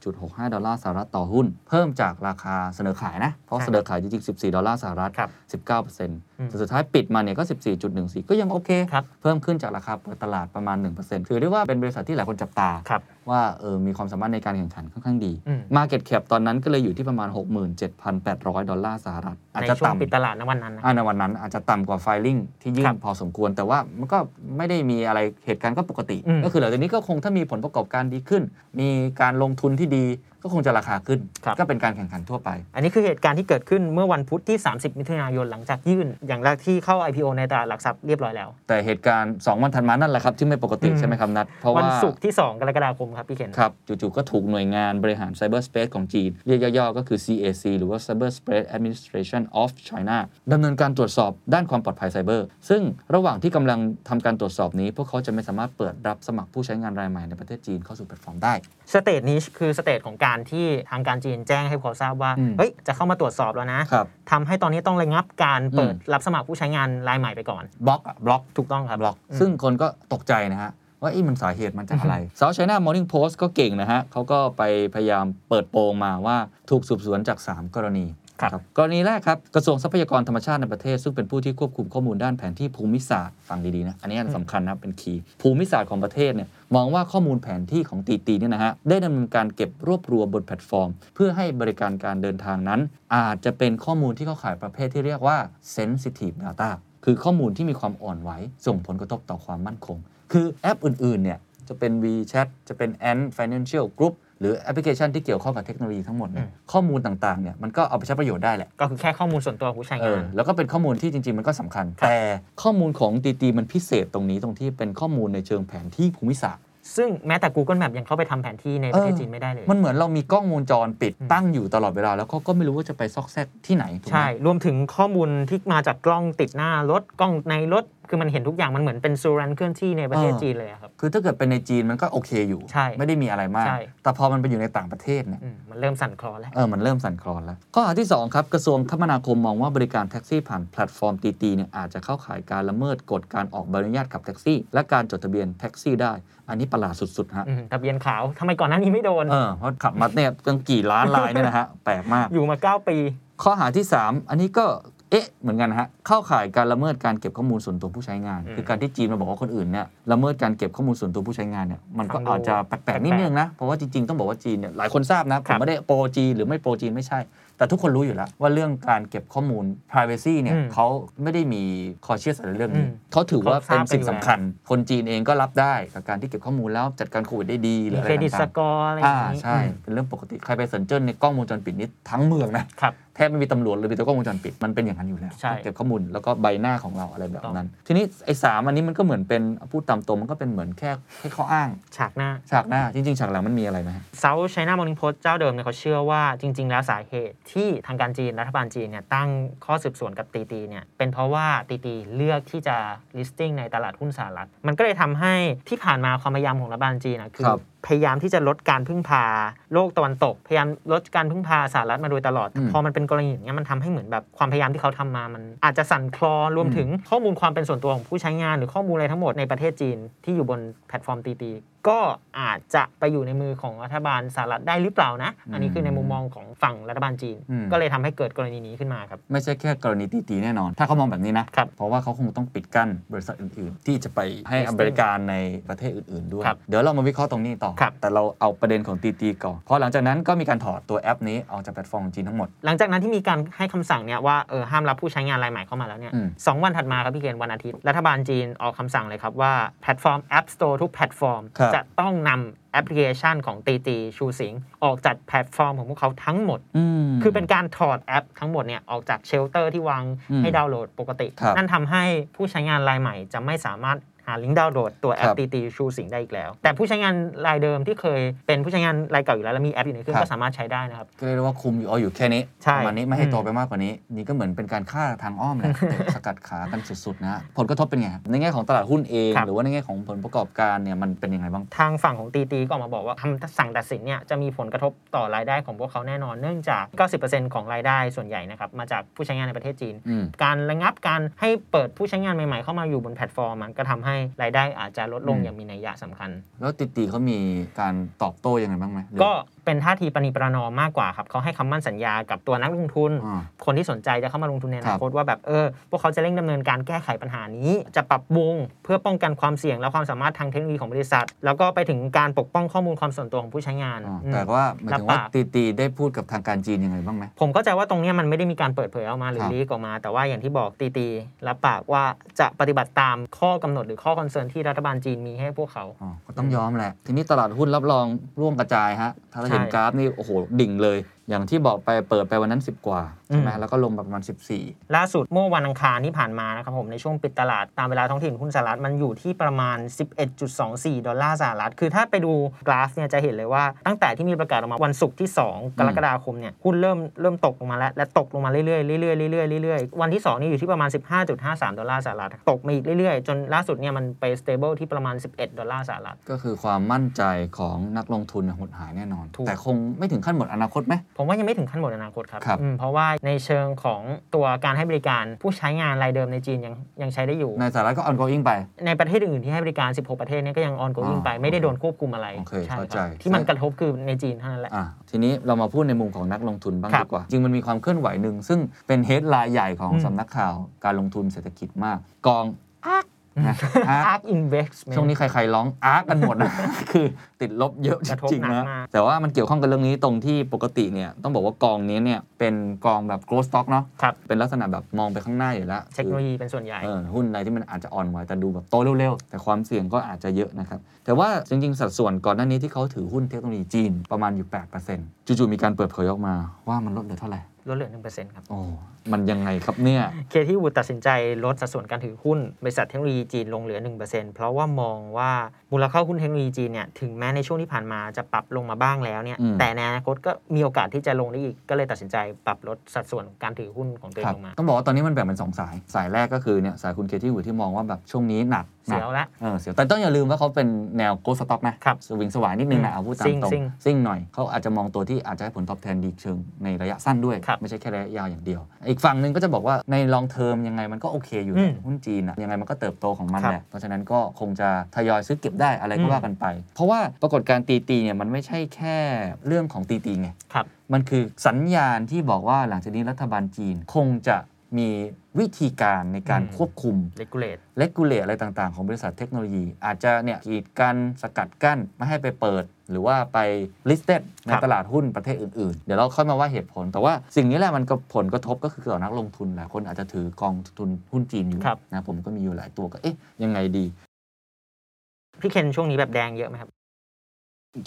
Speaker 2: 16.65 ดอลลาร์สหรัฐต่อหุ้น เพิ่มจากราคาเสนอขายนะ เพราะ
Speaker 1: ใช่
Speaker 2: เสนอขายจริงๆ 14 ดอลลาร์สหรัฐ
Speaker 1: ครับ
Speaker 2: 19%
Speaker 1: ม
Speaker 2: แต่สุดท้ายปิดมาเนี่ยก็ 14.14 ก็ยังโอเค
Speaker 1: ครับ
Speaker 2: เพิ่มขึ้นจากราคาเปิดตลาดประมาณ 1%ถือได้ว่าเป็นบริษัทที่หลายคนจับตา
Speaker 1: ครับ
Speaker 2: ว่าเออมีความสามารถในการแข่งขันค่อนข้างดี
Speaker 1: อืม
Speaker 2: Market Cap ตอนนั้นก็เลยอยู่ที่ประมาณ 67,800 ดอลลาร์สหรัฐ อาจ
Speaker 1: ใน
Speaker 2: จะ
Speaker 1: ช่วง
Speaker 2: ต่ำ
Speaker 1: ปิดตลาดในวันนั้นนะ
Speaker 2: อ่าในวันนั้นอาจจะต่ำกว่าไฟลิ่งที่ยื่
Speaker 1: ครั
Speaker 2: น
Speaker 1: บ
Speaker 2: พอสมควร แต่ว่ามันก็ไม่ได้มีอะไรเหตุการณ์ก็ปกติ
Speaker 1: อืม
Speaker 2: ก็คือหลังจากนี้ก็คงถ้ามีผลประกอบการดีขึ้น มีการลงทุนที่ดีก็คงจะราคาขึ้น
Speaker 1: ครับ
Speaker 2: ก็เป็นการแข่งขันทั่วไป
Speaker 1: อันนี้คือเหตุการณ์ที่เกิดขึ้นเมื่อวันพุธที่ 30 มิถุนายนหลังจากยื่น อย่างแรกที่เข้า IPO ในตลาดหลักทรัพย์เรียบร้อยแล้ว
Speaker 2: แต่เหตุการณ์ 2 วันถัดมานั่นแหละครับ ที่ไม่ปกติ
Speaker 1: อืม
Speaker 2: ใช่ไหมครับนัดเพราะ
Speaker 1: วั
Speaker 2: ว่า
Speaker 1: ศุกร์ที่ 2 กรกฎาคมครับพี่เข็น
Speaker 2: ครับจู่ๆก็ถูกหน่วยงานบริหารไซเบอร์สเปซของจีน เรียกย่อๆก็คือ CAC หรือว่า Cyber Space Administration of China ดำเนินการตรวจสอบด้านความปลอดภัยไซเบอร์ซึ่งระหว่างที่กำลังทำการตรวจสอบนี้ พวกเขาจะไม่สามารถเปิดรับสมัครผู้ใช้งานรายใหม่ในประเทศจีนเข้าสู่แพลตฟอร์มได้
Speaker 1: สเตจนี้คือสเตจของการที่ทางการจีนแจ้งให้พอทราบว่า
Speaker 2: อืม
Speaker 1: เฮ้ย จะเข้ามาตรวจสอบแล้วนะครับ ทำให้ตอนนี้ต้องระงับการเปิด
Speaker 2: อืม
Speaker 1: รับสมัครผู้ใช้งานรายใหม่ไปก่อน
Speaker 2: บล็อกอะบล็อก
Speaker 1: ถูกต้องครับ
Speaker 2: บล็อก
Speaker 1: อืม
Speaker 2: ซึ่งคนก็ตกใจนะฮะ ว่าไอ้มันสาเหตุมันจากอะไร South China Morning Post ก็เก่งนะฮะเขาก็ไปพยายามเปิดโปงมาว่าถูกสืบสวนจาก 3 กรณี
Speaker 1: ครับ
Speaker 2: ครับกรณีแรกครับ กระทรวงทรัพยากรธรรมชาติในประเทศ ซึ่งเป็นผู้ที่ควบคุมข้อมูลด้านแผนที่ภูมิศาสตร์ฟังดี ๆ นะ อันนี้อันสำคัญนะเป็นคีย์ภูมิศาสตร์ของประเทศเนี่ยมองว่าข้อมูลแผนที่ของตีตีเนี่ยนะฮะได้ดำเนินการเก็บรวบรวมบนแพลตฟอร์ม เพื่อให้บริการการเดินทางนั้น อาจจะเป็นข้อมูลที่เข้าข่ายประเภทที่เรียกว่า sensitive data คือข้อมูลที่มีความอ่อนไหว ส่งผลกระทบต่อความมั่นคง คือแอปอื่น ๆ เนี่ย จะเป็น WeChat จะเป็น Ant Financial Group หรือแอปพลิเคชันที่เกี่ยวข้องกับเทคโนโลยีทั้งหมดเนี่ย
Speaker 1: อืม
Speaker 2: ข้อมูลต่างๆเนี่ยมันก็เอาไปใช้ประโยชน์ได้แหละ
Speaker 1: ก็คือแค่ข้อมูลส่วนตัวของผู้ใช้
Speaker 2: เอ
Speaker 1: า
Speaker 2: งอน แล้วก็เป็นข้อมูลที่จริง ๆ มันก็สำคัญ
Speaker 1: ครับ
Speaker 2: แต่ข้อมูลของตีตีมันพิเศษตรงนี้ตรงที่เป็นข้อมูลในเชิงแผนที่ภูมิศาสตร์
Speaker 1: ซึ่งแม้แต่ Google Map ยังเข้าไปทำแผนที่ในประเทศ
Speaker 2: เออ
Speaker 1: จีนไม่ได้เลย
Speaker 2: มันเหมือนเรามีกล้องวงจรปิด
Speaker 1: อืม
Speaker 2: ตั้งอยู่ตลอดเวลา แล้วก็ก็ไม่รู้ว่าจะไปซอกแซกที่ไหนถูกไหม
Speaker 1: ใช่ รวมถึงข้อมูลที่มาจากกล้องติดหน้ารถ กล้องในรถ คือมันเห็นทุกอย่างมันเหมือนเป็นซูรันเคลื่อนที่ในประเทศจีนเลยอะครับ
Speaker 2: คือถ้าเกิดเป็นในจีนมันก็โอเคอยู่
Speaker 1: ใช่
Speaker 2: ไม่ได้มีอะไรมาก
Speaker 1: ใช่
Speaker 2: แต่พอมันไปอยู่ในต่างประเทศเนี่ย
Speaker 1: อืมมันเริ่มสั่นคลอนแล้ว
Speaker 2: เออมันเริ่มสั่นคลอนแล้วข้อหาที่สองครับกระทรวงคมนาคมมองว่าบริการแท็กซี่ผ่านแพลตฟอร์มตีตีเนี่ยอาจจะเข้าข่ายการละเมิดกฎการออกใบอนุญาตขับแท็กซี่ และการจดทะเบียนแท็กซี่ได้ อันนี้ประหลาดสุดๆฮะ
Speaker 1: อืมทะเบียนขาวทำไมก่อนหน้านี้ไม่โดน
Speaker 2: เออเพราะขับมาเนี่ยตั้งกี่ล้านลายเนี่ยนะฮะ แปลกมาก
Speaker 1: อยู่มา 9 ปี
Speaker 2: ข้อหาที่ 3 อันนี้ก็ เอ๊ะ เหมือนกันนะฮะ เข้าข่ายการละเมิดการเก็บข้อมูลส่วนตัวผู้ใช้งาน
Speaker 1: อืม
Speaker 2: คือการที่จีนมาบอกว่าคนอื่นเนี่ยละเมิดการเก็บข้อมูลส่วนตัวผู้ใช้งานเนี่ยมันก็
Speaker 1: ฟังดู
Speaker 2: อาจจะแปลกๆนิดนึงนะ เพราะว่าจริงๆต้องบอกว่าจีนเนี่ยหลายคนทราบนะ ผ
Speaker 1: ครั
Speaker 2: ม
Speaker 1: บ
Speaker 2: ไม่ได้โปรจีนหรือไม่โปรจีนไม่ใช่ แต่ทุกคนรู้อยู่แล้วว่าเรื่องการเก็บข้อมูล p r i เวซีเนี่ย
Speaker 1: อืม
Speaker 2: เขาไม่ได้มีคอเชียสอะไรเรื่องนี้
Speaker 1: อืม
Speaker 2: เขาถือว่า
Speaker 1: เขาทราน บ
Speaker 2: เป็สิ่ง
Speaker 1: กันอยู่
Speaker 2: สำคัญ คนจีนเองก็รับได้กับการที่เก็บข้อมูลแล้วจัดการโควิดได้ดีหรือ
Speaker 1: มี
Speaker 2: อะไร
Speaker 1: เครดิตส
Speaker 2: ต่างๆ
Speaker 1: กอร์อะไรอ
Speaker 2: อ่า
Speaker 1: ย่างนี้
Speaker 2: ใช่
Speaker 1: อืม
Speaker 2: เป็นเรื่องปกติ ใครไปเซินเจิ้นในยกล้องวงจรปิดนี้ทั้งเมืองนะ
Speaker 1: ครับ
Speaker 2: แทบไม่มีตำรวจเลยมีแต่กล้องวงจรปิด มันเป็นอย่างนั้นอยู่แล้ว
Speaker 1: ใช่
Speaker 2: เก็บข้อมูลแล้วก็ใบหน้าของเราอะไรแบบนั้น ทีนี้ไอ้สามอันนี้มันก็เหมือนเป็นพูดตามตรงมันก็เป็นเหมือนแค่แค่ข้ออ้าง
Speaker 1: ฉากหน้า
Speaker 2: ฉากหน้า จริง ๆ ฉากหลังมันมีอะไรไหมฮะ
Speaker 1: South China Morning Post เจ้าเดิมเนี่ยเขาเชื่อว่าจริง ๆ แล้วสาเหตุที่ทางการจีนรัฐบาลจีนเนี่ยตั้งข้อสืบสวนกับตีตีเนี่ยเป็นเพราะว่าตีตีเลือกที่จะ listing ในตลาดหุ้นสหรัฐ มันก็เลยทำให้ที่ผ่านมาความพยายามของรัฐบาลจีนนะคือ
Speaker 2: ครับ
Speaker 1: พยายามที่จะลดการพึ่งพาโลกตะวันตก พยายามลดการพึ่งพาสหรัฐมาโดยตลอด
Speaker 2: อืม
Speaker 1: พอมันเป็นกรณีอย่างเงี้ยมันทำให้เหมือนแบบความพยายามที่เขาทำมามัน อาจจะสั่นคลอนรวมถึงข้อมูลความเป็นส่วนตัวของผู้ใช้งาน หรือข้อมูลอะไรทั้งหมดในประเทศจีนที่อยู่บนแพลตฟอร์มตีตีก็อาจจะไปอยู่ในมือของรัฐบาลสหรัฐได้หรือเปล่านะ อันนี้คือในมุมมองของฝั่งรัฐบาลจีน
Speaker 2: อืม
Speaker 1: ก็เลยทำให้เกิดกรณีนี้ขึ้นมาครับ
Speaker 2: ไม่ใช่แค่กรณีตีตีแน่นอน ถ้าเขามองแบบนี้นะ
Speaker 1: ครับ
Speaker 2: เพราะว่าเขาคงต้องปิดกั้นบริษัทอื่นๆ ที่จะไปให้บริการในประเทศอื่นๆด้วย
Speaker 1: ครับ
Speaker 2: เดี๋ยวเรามาวิเคราะห์ตรงนี้ต่อ
Speaker 1: ครับ
Speaker 2: แต่เราเอาประเด็นของตีตีก่อนเพราะหลังจากนั้นก็มีการถอดตัวแอปนี้ออกจากแพลตฟอร์มของจีนทั้งหมด
Speaker 1: หลังจากนั้นที่มีการให้คำสั่งเนี่ยว่าเออห้ามรับผู้ใช้งานรายใหม่เข้ามาแล้วเนี่ย
Speaker 2: อืม
Speaker 1: สองวันถัดมาครับพี่เกณฑ์วันอาทิตย์รัฐบาลจีนออกคำสั่งเลยครับว่าแพลตฟอร์ม App Store ทุกแพลตฟอร์ม
Speaker 2: ครับ
Speaker 1: จะต้องนำแอปพลิเคชันของตีตีชูสิงออกจากแพลตฟอร์มของพวกเขาทั้งหมด
Speaker 2: ม
Speaker 1: คือเป็นการถอดแอปทั้งหมดเนี่ยออกจากเชลเตอร์ที่วาง
Speaker 2: อืม
Speaker 1: ให้ดาวน์โหลดปกติ
Speaker 2: ครับ
Speaker 1: นั่นทำให้ผู้ใช้งานรายใหม่ จะไม่สามารถหาลิงก์ดาวน์โหลดตัวแอ
Speaker 2: ค
Speaker 1: ป
Speaker 2: รับ
Speaker 1: ตีตีชูสิงได้อีกแล้ว แต่ผู้ใช้งานรายเดิมที่เคยเป็นผู้ใช้งานรายเก่าอยู่แล้วแล้วมีแอปอยู่ในเครื่อง
Speaker 2: ครับ
Speaker 1: ก็สามารถใช้ได้นะครับ
Speaker 2: ก็เรียกได้ว่าคุมอยู่เอาอยู่แค่นี้
Speaker 1: ใช่
Speaker 2: ประมาณนี้ไม่ให้
Speaker 1: อืม
Speaker 2: โตไปมากกว่านี้ นี่ก็เหมือนเป็นการฆ่าทางอ้อมแหละ แต่สกัดขากันสุด ๆ นะ ผลกระทบเป็นไงครับในแง่ของตลาดหุ้นเอง หรือว่าในแง่ของผลประกอบการเนี่ยมันเป็นยังไงบ้าง
Speaker 1: ทางฝั่งของตีตีก็ออกมาบอกว่าคำสั่งตัดสินเนี่ยจะมีผลกระทบต่อรายได้ของพวกเขาแน่นอนเนื่องจาก 90%ของรายได้ส่วนใหญ่นะครับมาจากผู้ใช้งานในประเทศจีน
Speaker 2: อืม
Speaker 1: การระงับการให้เปิดผู้ใช้งานใหม่ ๆ เข้ามาอยู่บนแพลตฟอร์มมันก็ทำให้รายได้อาจจะลดลง
Speaker 2: อืม
Speaker 1: อย่างมีนัยยะสำคัญ
Speaker 2: แล้วติตีเขามีการตอบโต้ยังไงบ้างไหมหรือ
Speaker 1: ก็เป็นท่าทีประนีประนอมมากกว่าครับเขาให้คำมั่นสัญญากับตัวนักลงทุน
Speaker 2: อ่า
Speaker 1: คนที่สนใจจะเข้ามาลงทุนในอ
Speaker 2: ครั
Speaker 1: นา
Speaker 2: บ
Speaker 1: คตว่าแบบเออพวกเขาจะเร่งดำเนินการแก้ไขปัญหานี้ จะปรับปรุงเพื่อป้องกันความเสี่ยงและความสามารถทางเทคโนโลยีของบริษัท แล้วก็ไปถึงการปกป้องข้อมูลความส่วนตัวของผู้ใช้งาน
Speaker 2: อ่า
Speaker 1: อืม
Speaker 2: แต่ว่าหมายถึง
Speaker 1: รั
Speaker 2: ว่า
Speaker 1: บปาก
Speaker 2: ตีตีได้พูดกับทางการจีนยังไงบ้างไหม
Speaker 1: ผมเข้าใจว่าตรงเนี้ยมันไม่ได้มีการเปิดเผยออกมาหรื
Speaker 2: ค
Speaker 1: อ
Speaker 2: รับ
Speaker 1: ลีกออกมา แต่ว่าอย่างที่บอกตีตีรับปากว่าจะปฏิบัติตามข้อกำหนดหรือข้อคอนเซิร์นที่รัฐบาลจีนมีให้พวกเขา
Speaker 2: อ๋อก็ต้องยอมแหละ ทีนี้ตลาดหุ้นรับรองร่วงกระจายฮะ ถ้าเราเห็น
Speaker 1: ใช่
Speaker 2: กราฟนี่ โอ้โห ดิ่งเลย อย่างที่บอกไปเปิดไปวันนั้น 10 กว่าใช่ไหม
Speaker 1: อืม
Speaker 2: แล้วก็ลงมาประมาณ14
Speaker 1: ล่าสุดเมื่อวันอังคารที่ผ่านมานะครับผมในช่วงปิดตลาดตามเวลาท้องถิ่นหุ้นสหรัฐมันอยู่ที่ประมาณ 11.24 ดอลลาร์สหรัฐ คือถ้าไปดูกราฟเนี่ยจะเห็นเลยว่าตั้งแต่ที่มีประกาศออกมาวันศุกร์ที่ 2 กรกฎาคมเนี่ยหุ้นเริ่มเริ่มตกลงมาแล้ว และตกลงมาเรื่อยๆเรื่อยๆเรื่อยๆเรื่อยๆวันที่ 2 นี่อยู่ที่ประมาณ 15.53 ดอลลาร์สหรัฐตกมาอีกเรื่อยๆ จนล่าสุดเนี่ยมันไป stable ที่ประมาณ 11 ดอลลาร์สหรัฐ
Speaker 2: ก็คือความมั่นใจของนักลงทุนเนี่ยหดหายแน่นอน
Speaker 1: ถูก
Speaker 2: แต่คงไม่ถึงขั้นหมดอนาคตไหม
Speaker 1: ผมว่ายังไม่ถึงขั้นหมดอนาคตครับ
Speaker 2: ครับ
Speaker 1: อืมเพราะว่าในเชิงของตัวการให้บริการผู้ใช้งานรายเดิมในจีนยังยังใช้ได้อยู่
Speaker 2: ในสหรัฐก็ ongoing ไป
Speaker 1: ในประเทศอื่นๆที่ให้บริการ 16 ประเทศเนี้ก็ยังออน o ก i ิ่ง
Speaker 2: อ่า
Speaker 1: ไปไม่ได้โดนควบคุมอะไร
Speaker 2: โอเค
Speaker 1: ช่ค
Speaker 2: เข้าใจ
Speaker 1: รับที่มันกระทบคือในจีนเท่านั้นแหละ
Speaker 2: อ่ะทีนี้เรามาพูดในมุมของนักลงทุนบ้าง
Speaker 1: ครับ
Speaker 2: ดีกว่า จริงมันมีความเคลื่อนไหวหนึ่ง ซึ่งเป็นเฮดไลน์ใหญ่ของ
Speaker 1: อืม
Speaker 2: สำนักข่าวการลงทุนเศรษฐกิจมาก กองอัก นะ
Speaker 1: Ark Investment
Speaker 2: ช่วงนี้ใครๆร้องอาร์กกันหมดนะ คือติดลบเยอะจ
Speaker 1: กระทบ
Speaker 2: ริงๆ
Speaker 1: หนั
Speaker 2: นะ
Speaker 1: กมาก
Speaker 2: แต่ว่ามันเกี่ยวข้องกับเรื่องนี้ตรงที่ปกติเนี่ย ต้องบอกว่ากองนี้เนี่ย เป็นกองแบบ growth stock เนาะ
Speaker 1: ครับ
Speaker 2: เป็นลักษณะแบบมองไปข้างหน้าอยู่แล้ว
Speaker 1: เทคโนโลยีเป็นส่วนใหญ่
Speaker 2: เออหุ้นอะไรที่มันอาจจะอ่อนไหวแต่ดูแบบโตเร็วๆ แต่ความเสี่ยงก็อาจจะเยอะนะครับ แต่ว่าจริงๆ สัดส่วนก่อนหน้านี้ที่เขาถือหุ้นเทคโนโลยีจีนประมาณอยู่8%จู่ๆมีการเปิดเผยออกมาว่ามันลดเหลือเท่าไหร่
Speaker 1: ลดเหลือหนึ่งเปอร์เซ็นต์ครับ
Speaker 2: โอ้มันยังไงครับเนี่ย
Speaker 1: เคที่วูดตัดสินใจลดสัดส่วนการถือหุ้น บริษัทเทคโนโลยีจีนลงเหลือ 1%เพราะว่ามองว่ามูลค่าหุ้นเทคโนโลยีจีนเนี่ยถึงแม้ในช่วงที่ผ่านมาจะปรับลงมาบ้างแล้วเนี่ยแต่ในอนาคตก็มีโอกาสที่จะลงได้อีก ก็เลยตัดสินใจปรับลดสัดส่วนการถือหุ้นของตัวเอ
Speaker 2: ค
Speaker 1: ง
Speaker 2: รับ
Speaker 1: ลงมา
Speaker 2: ต้องบอกว่าตอนนี้มันแบ่งเป็นสองสายสายแรกก็คือเนี่ยสายคุณเคที่หูที่มองว่าแบบช่วงนี้หนักห
Speaker 1: เสี
Speaker 2: นัก
Speaker 1: ยวละ
Speaker 2: เออเสียวแต่ต้องอย่าลืมว่าเขาเป็นแนวโกสต็อกนะครับ สวิงสวายนิดนึง
Speaker 1: อื
Speaker 2: นะ
Speaker 1: ม
Speaker 2: เอาพูดตาม
Speaker 1: ซิ่ง
Speaker 2: ตรง
Speaker 1: ซิ่ง
Speaker 2: ซิ่งหน่อยเขาอาจจะมองตัวที่อาจจะให้ผลตอบแทนดีเชิงในระยะสั้นด้วย
Speaker 1: ครับ
Speaker 2: ไม่ใช่แค่ระยะยาวอย่างเดียว อีกฝั่งหนึ่งก็จะบอกว่าในลองเทอมยังไงมันก็โอเคอยู่
Speaker 1: อื
Speaker 2: นะ
Speaker 1: ม
Speaker 2: หุ้นจีนอะยังไงมันก็เติบโตของมัน
Speaker 1: ครับ
Speaker 2: แหละเพราะฉะนั้นก็คงจะทยอยซื้อเก็บได้อะไรก็
Speaker 1: อืม
Speaker 2: ว่ากันไป เพราะว่าปรากฏการณ์ตีตีเนี่ยมันไม่ใช่แค่เรื่องของตีตีไง
Speaker 1: ครับ
Speaker 2: มันคือสัญญาณที่บอกว่าหลังจากนี้รัฐบาลจีนคงจะมีวิธีการในการ
Speaker 1: อืม
Speaker 2: ควบคุม
Speaker 1: regulate
Speaker 2: เลกูเลตอะไรต่าง ๆ ของบริษัทเทคโนโลยี อาจจะเนี่ยกีดกันสกัดกั้นไม่ให้ไปเปิด หรือว่าไป listed ใน
Speaker 1: ครับ
Speaker 2: ตลาดหุ้นประเทศอื่น ๆ เดี๋ยวเราค่อยมาว่าเหตุผล แต่ว่าสิ่งนี้แหละมันก็ผลกระทบก็คือต่อนักลงทุนหลายคนอาจจะถือกองทุนหุ้นจีนอยู่
Speaker 1: ครับ
Speaker 2: นะผมก็มีอยู่หลายตัวก็เอ๊ะ ยังไงดี
Speaker 1: พี่เคนช่วงนี้แบบแดงเยอะไหมครับ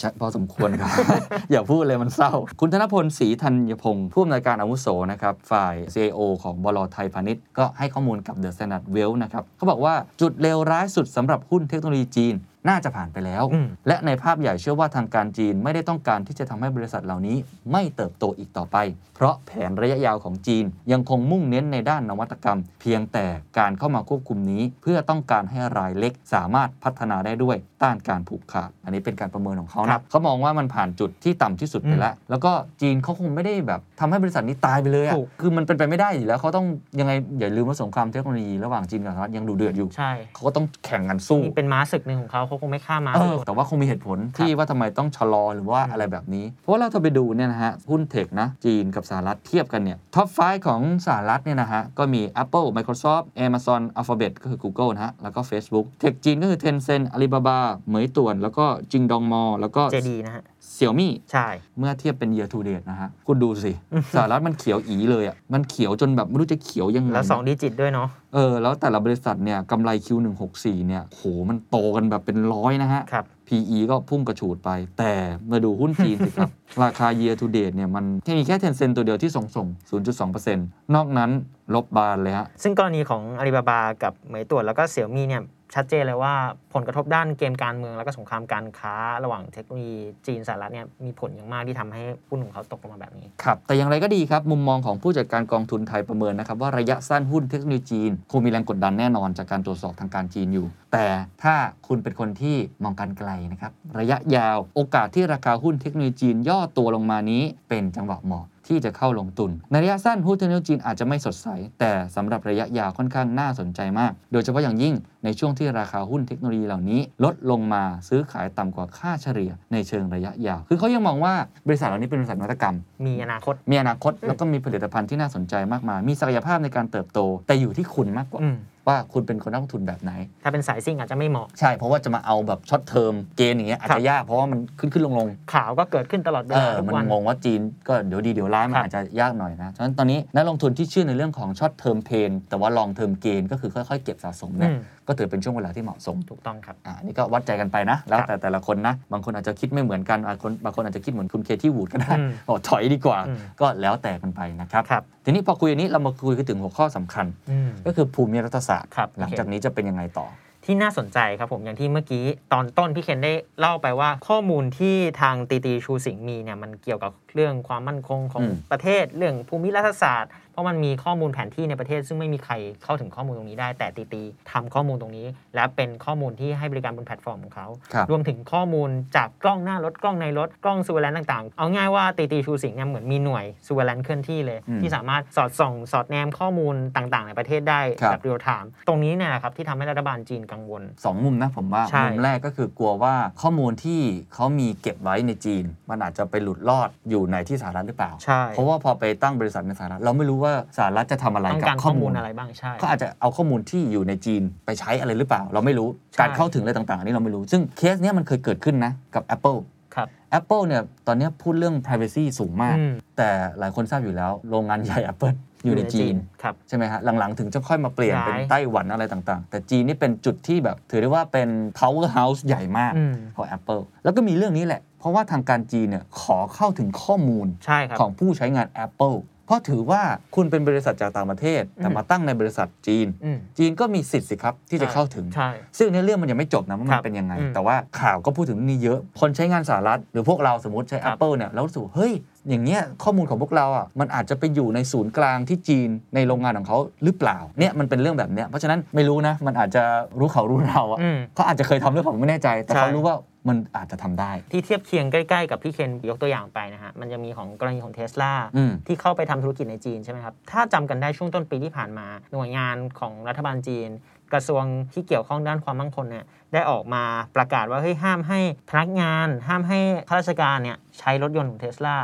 Speaker 2: ใช่พอสมควรครับ อย่าพูดเลยมันเศร้า คุณธนพลศรีธัญพงศ์ผู้อำนวยการอาวุโสนะครับฝ่าย CIO ของบลไทยพาณิชย์ก็ให้ข้อมูลกับเดอะสแตนดาร์ดเวลนะครับเขาบอกว่าจุดเลวร้ายสุดสำหรับหุ้นเทคโนโลยีจีน น่าจะผ่านไปแล้ว
Speaker 1: อืม
Speaker 2: และในภาพใหญ่เชื่อว่าทางการจีนไม่ได้ต้องการที่จะทำให้บริษัทเหล่านี้ไม่เติบโตอีกต่อไป เพราะแผนระยะยาวของจีนยังคงมุ่งเน้นในด้านนวัตกรรม เพียงแต่การเข้ามาควบคุมนี้ เพื่อต้องการให้รายเล็กสามารถพัฒนาได้ด้วยต้านการผูกขาด อันนี้เป็นการประเมินของเขา
Speaker 1: ครั
Speaker 2: นะ
Speaker 1: บ
Speaker 2: เขามองว่ามันผ่านจุดที่ต่ำที่สุดไปแล้ว แล้วก็จีนเขาคงไม่ได้แบบทำให้บริษัทนี้ตายไปเลยอะ
Speaker 1: ถูก
Speaker 2: คือมันเป็นไปไม่ได้อยู่แล้วเขาต้องยังไงอย่าลืมว่าสงครามเทคโนโลยีระหว่างจีนกับสหรัฐยังดูเดือดอยู่
Speaker 1: ใช่
Speaker 2: เขาก็ต้องแข่งกันสู้
Speaker 1: นี่เป็นม้าศึกหนึ่งของเขาเขาคงไม่ฆ่าม้า
Speaker 2: เอ
Speaker 1: ศึกห
Speaker 2: อ
Speaker 1: รอก
Speaker 2: แต่ว่าคงมีเหตุผลที่ว่าทำไมต้องชะลอหรือว่า
Speaker 1: อืม
Speaker 2: อะไรแบบนี้ เพราะว่าเราถ้าไปดูเนี่ยนะฮะ หุ้นเทคนะ จีนกับสหรัฐเทียบกันเนี่ยท็อป 5 ของสหรัฐเนี่ยนะฮะ ก็มี Apple Microsoft Amazon Alphabet ก็คือ Google นะฮะ แล้วก็ Facebook เทคจีนก็คือ Tencent Alibaba เหมยต่วน แล้วก็จิงดองมอแล้วก็
Speaker 1: เจดีนะฮะ
Speaker 2: Xiaomi
Speaker 1: ใช่
Speaker 2: เมื่อเทียบเป็น year to date นะฮะ คุณดู สิสหรัฐมันเขียวอีเลยอ่ะมันเขียวจนแบบไม่รู้จะเขียวยังไง
Speaker 1: แล้วสองดิจิตด้วยเนาะ
Speaker 2: เออแล้วแต่ละบริษัทเนี่ยกำไร Q164 เนี่ยโหมันโตกันแบบเป็นร้อยนะฮะ
Speaker 1: ครับ
Speaker 2: PE ก็พุ่งกระฉูดไป แต่มาดูหุ้นจีนสิครับ ราคา year to date เนี่ยมันแค่มีแค่เทนเซ็นตัวเดียวที่ส่งส่ง 0.2%นอกนั้นลบบานเลยฮะ
Speaker 1: ซึ่งกรณีของอาลีบาบากับเหมยต่วนแล้วก็เสี่ยมี่เนี่ยชัดเจนเลยว่าผลกระทบด้านเกมการเมืองแล้วก็สงครามการค้า ระหว่างเทคโนโลยีจีนสหรัฐเนี่ยมีผลอย่างมากที่ทำให้หุ้นของเขาตกลงมาแบบนี้
Speaker 2: ครับ แต่อย่างไรก็ดีครับ มุมมองของผู้จัดการกองทุนไทยประเมินนะครับ ว่าระยะสั้นหุ้นเทคโนโลยีจีน คงมีแรงกดดันแน่นอนจากการตรวจสอบทางการจีนอยู่ แต่ถ้าคุณเป็นคนที่มองการไกลนะครับ ระยะยาวโอกาสที่ราคาหุ้นเทคโนโลยีจีนย่อตัวลงมานี้ เป็นจังหวะเหมาะที่จะเข้าลงทุน ในระยะสั้นหุ้นเทคโนโลยีจีนอาจจะไม่สดใส แต่สำหรับระยะยาวค่อนข้างน่าสนใจมาก โดยเฉพาะอย่างยิ่งในช่วงที่ราคาหุ้นเทคโนโลยีเหล่านี้ ลดลงมาซื้อขายต่ำกว่าค่าเฉลี่ยในเชิงระยะยาว คือเขายังมองว่าบริษัทเหล่านี้เป็นบริษัทนวัตกรรม
Speaker 1: มีอนาคต
Speaker 2: มีอนาคตแล้วก็มีผลิตภัณฑ์ที่น่าสนใจมากมาย มีศักยภาพในการเติบโต แต่อยู่ที่คุณมากกว่า
Speaker 1: อืม
Speaker 2: ว่าคุณเป็นคนนักลงทุนแบบไหน
Speaker 1: ถ้าเป็นสายซิ่งอาจจะไม่เหมาะ
Speaker 2: ใช่ เพราะว่าจะมาเอาแบบช็อตเทอมเกณฑ์อย่างเงี้ยอาจ
Speaker 1: ครับ
Speaker 2: จะยาก เพราะว่ามันขึ้นขึ้นลงลง
Speaker 1: ข่าวก็เกิดขึ้นตลอดเว
Speaker 2: เอ
Speaker 1: ลา
Speaker 2: อ
Speaker 1: ทุก
Speaker 2: มัน
Speaker 1: วัน
Speaker 2: งงว่าจีนก็เดี๋ยวดีเดี๋ยวร้าย มัน
Speaker 1: ครับ
Speaker 2: อาจจะยากหน่อยนะ ฉะนั้นตอนนี้นักลงทุนที่เชื่อในเรื่องของช็อตเทอมเพนแต่ว่าลองเทอมเกณฑ์ก็คือค่อยๆ เก็บสะสมเนี่
Speaker 1: อื
Speaker 2: ย
Speaker 1: ม
Speaker 2: ก็ถือเป็นช่วงเวลาที่เหมาะสม
Speaker 1: ถูกต้องครับ
Speaker 2: อ่านี่ก็วัดใจกันไปนะ แล้วแต่แต่ละคนนะ บางคนอาจจะคิดไม่เหมือนกันบางคนบางคนอาจจะคิดเหมือนคุณเคที่วูดก็ได้
Speaker 1: อืม
Speaker 2: บอกถอยดีกว่า
Speaker 1: อืม
Speaker 2: ก็แล้วแต่กันไปนะครับ
Speaker 1: ครับ
Speaker 2: ทีนี้พอคุยอันนี้เรามาคุยกันถึงหัวข้อสำคัญ
Speaker 1: อืม
Speaker 2: ก็คือภูมิรัฐศาสตร์
Speaker 1: ครับ
Speaker 2: หลัง
Speaker 1: โอเค
Speaker 2: จากนี้จะเป็นยังไงต่อ
Speaker 1: ที่น่าสนใจครับผมอย่างที่เมื่อกี้ตอนต้นพี่เคนได้เล่าไปว่าข้อมูลที่ทางตีตีชูสิงห์มีเนี่ยมันเกี่ยวกับเรื่องความมั่นคงของ
Speaker 2: อืม
Speaker 1: ประเทศเรื่องภูมิรัฐศาสตร์เพราะมันมีข้อมูลแผนที่ในประเทศ ซึ่งไม่มีใครเข้าถึงข้อมูลตรงนี้ได้ แต่ตีตีทำข้อมูลตรงนี้ และเป็นข้อมูลที่ให้บริการบนแพลตฟอร์มของเขา
Speaker 2: ครับ
Speaker 1: รวมถึงข้อมูลจากกล้องหน้ารถกล้องในรถกล้องซูเวลแลนต่างๆ เอาง่ายว่าตีตีชูสิงห์เนี่ยเหมือนมีหน่วยซูเวลแลนเคลื่อนที่เลย
Speaker 2: อืม
Speaker 1: ที่สามารถสอดส่อง สอดแนมข้อมูลต่างๆ ในประเทศได้
Speaker 2: ครับ
Speaker 1: แบบเรียลไทม์ตรงนี้เนี่ยนะครับที่ทำให้รัฐบาลจีนกังวล
Speaker 2: สองมุมนะผมว่า
Speaker 1: ใช่
Speaker 2: มุมแรกก็คือกลัวว่าข้อมูลที่เขามีเก็บไว้ในจีน มันอาจจะไปหลุดลอดอยู่ อยู่ในที่สหรัฐหรือเปล่า
Speaker 1: ใช่
Speaker 2: เพราะว่าพอไปตั้งบริษัทในสหรัฐเราไม่รู้ว่าสหรัฐจะทำอะไร
Speaker 1: ต้อง
Speaker 2: กับ
Speaker 1: การ
Speaker 2: ข้
Speaker 1: ข้
Speaker 2: อ
Speaker 1: อมู
Speaker 2: มูล
Speaker 1: ลอะไรบ้างใช่
Speaker 2: ก็อาจจะเอาข้อมูลที่อยู่ในจีนไปใช้อะไรหรือเปล่า เราไม่รู้การเข้าถึงอะไรต่างๆอันนี่เราไม่รู้ ซึ่งเคสเนี้ยมันเคยเกิดขึ้นนะกับ Apple
Speaker 1: ครับ
Speaker 2: Apple เนี่ยตอนเนี้ยพูดเรื่อง Privacy สูงมาก
Speaker 1: อืม
Speaker 2: แต่หลายคนทราบอยู่แล้วโรงงานใหญ่ Apple อยู่ในจีน
Speaker 1: ครับ
Speaker 2: ใช่ไหมฮะ หลัง ๆ ถึงจะค่อยมาเปลี่ยน
Speaker 1: ย้าย
Speaker 2: เป็นไต้หวันอะไรต่างๆ แต่จีนนี่เป็นจุดที่แบบ ถือได้ว่าเป็น powerhouse ใหญ่มาก
Speaker 1: อืม
Speaker 2: ของ Apple แล้วก็มีเรื่องนี้แหละ เพราะว่าทางการจีนเนี่ยขอเข้าถึงข้อมูล
Speaker 1: ใช่ครับ
Speaker 2: ของผู้ใช้งาน Apple เพราะถือว่าคุณเป็นบริษัทจากต่างประเทศ แต่
Speaker 1: อืม
Speaker 2: มาตั้งในบริษัทจีน
Speaker 1: อืม
Speaker 2: จีนก็มีสิทธิ์สิครับที่จะเข้าถึง
Speaker 1: ใช่
Speaker 2: ซึ่งในเรื่องมันยังไม่จบนะว่า
Speaker 1: ค
Speaker 2: มั
Speaker 1: รั
Speaker 2: น
Speaker 1: บ
Speaker 2: เป็นยังไง
Speaker 1: อืม
Speaker 2: แต่ว่าข่าวก็พูดถึงเรื่องนี้เยอะ คนใช้งานสหรัฐ หรือพวกเราสมมติใช้
Speaker 1: ครับ
Speaker 2: Apple เนี่ยแล้วรู้สึกว่าเฮ้ย อย่างเงี้ยข้อมูลของพวกเราอ่ะมันอาจจะไปอยู่ในศูนย์กลางที่จีนในโรงงานของเขาหรือเปล่าเนี่ยมันเป็นเรื่องแบบเนี้ยเพราะฉะนั้นไม่รู้นะ มันอาจจะรู้เขารู้เราอ่ะ
Speaker 1: อืม
Speaker 2: เขาอาจจะเคยทำหรือเปล่าผมไม่แน่ใจ แต่
Speaker 1: ใช่
Speaker 2: เขารู้ว่ามันอาจจะทำได้
Speaker 1: ที่เทียบเคียงใกล้ๆ กับพี่เคนยกตัวอย่างไปนะฮะ มันจะมีของกรณีของเทสลา
Speaker 2: อืม
Speaker 1: ที่เข้าไปทำธุรกิจในจีนใช่ไหมครับ ถ้าจำกันได้ช่วงต้นปีที่ผ่านมา หน่วยงานของรัฐบาลจีน กระทรวงที่เกี่ยวข้องด้านความมั่งคงเนี่ยได้ออกมาประกาศว่าเฮ้ยห้ามให้พนักงาน ห้ามให้ข้าราชการเนี่ยใช้รถยนต์ของเทสลา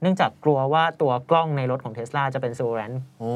Speaker 1: เนื่องจากกลัวว่าตัวกล้องในรถของเทสลาจะเป็นซูแรน
Speaker 2: โอ้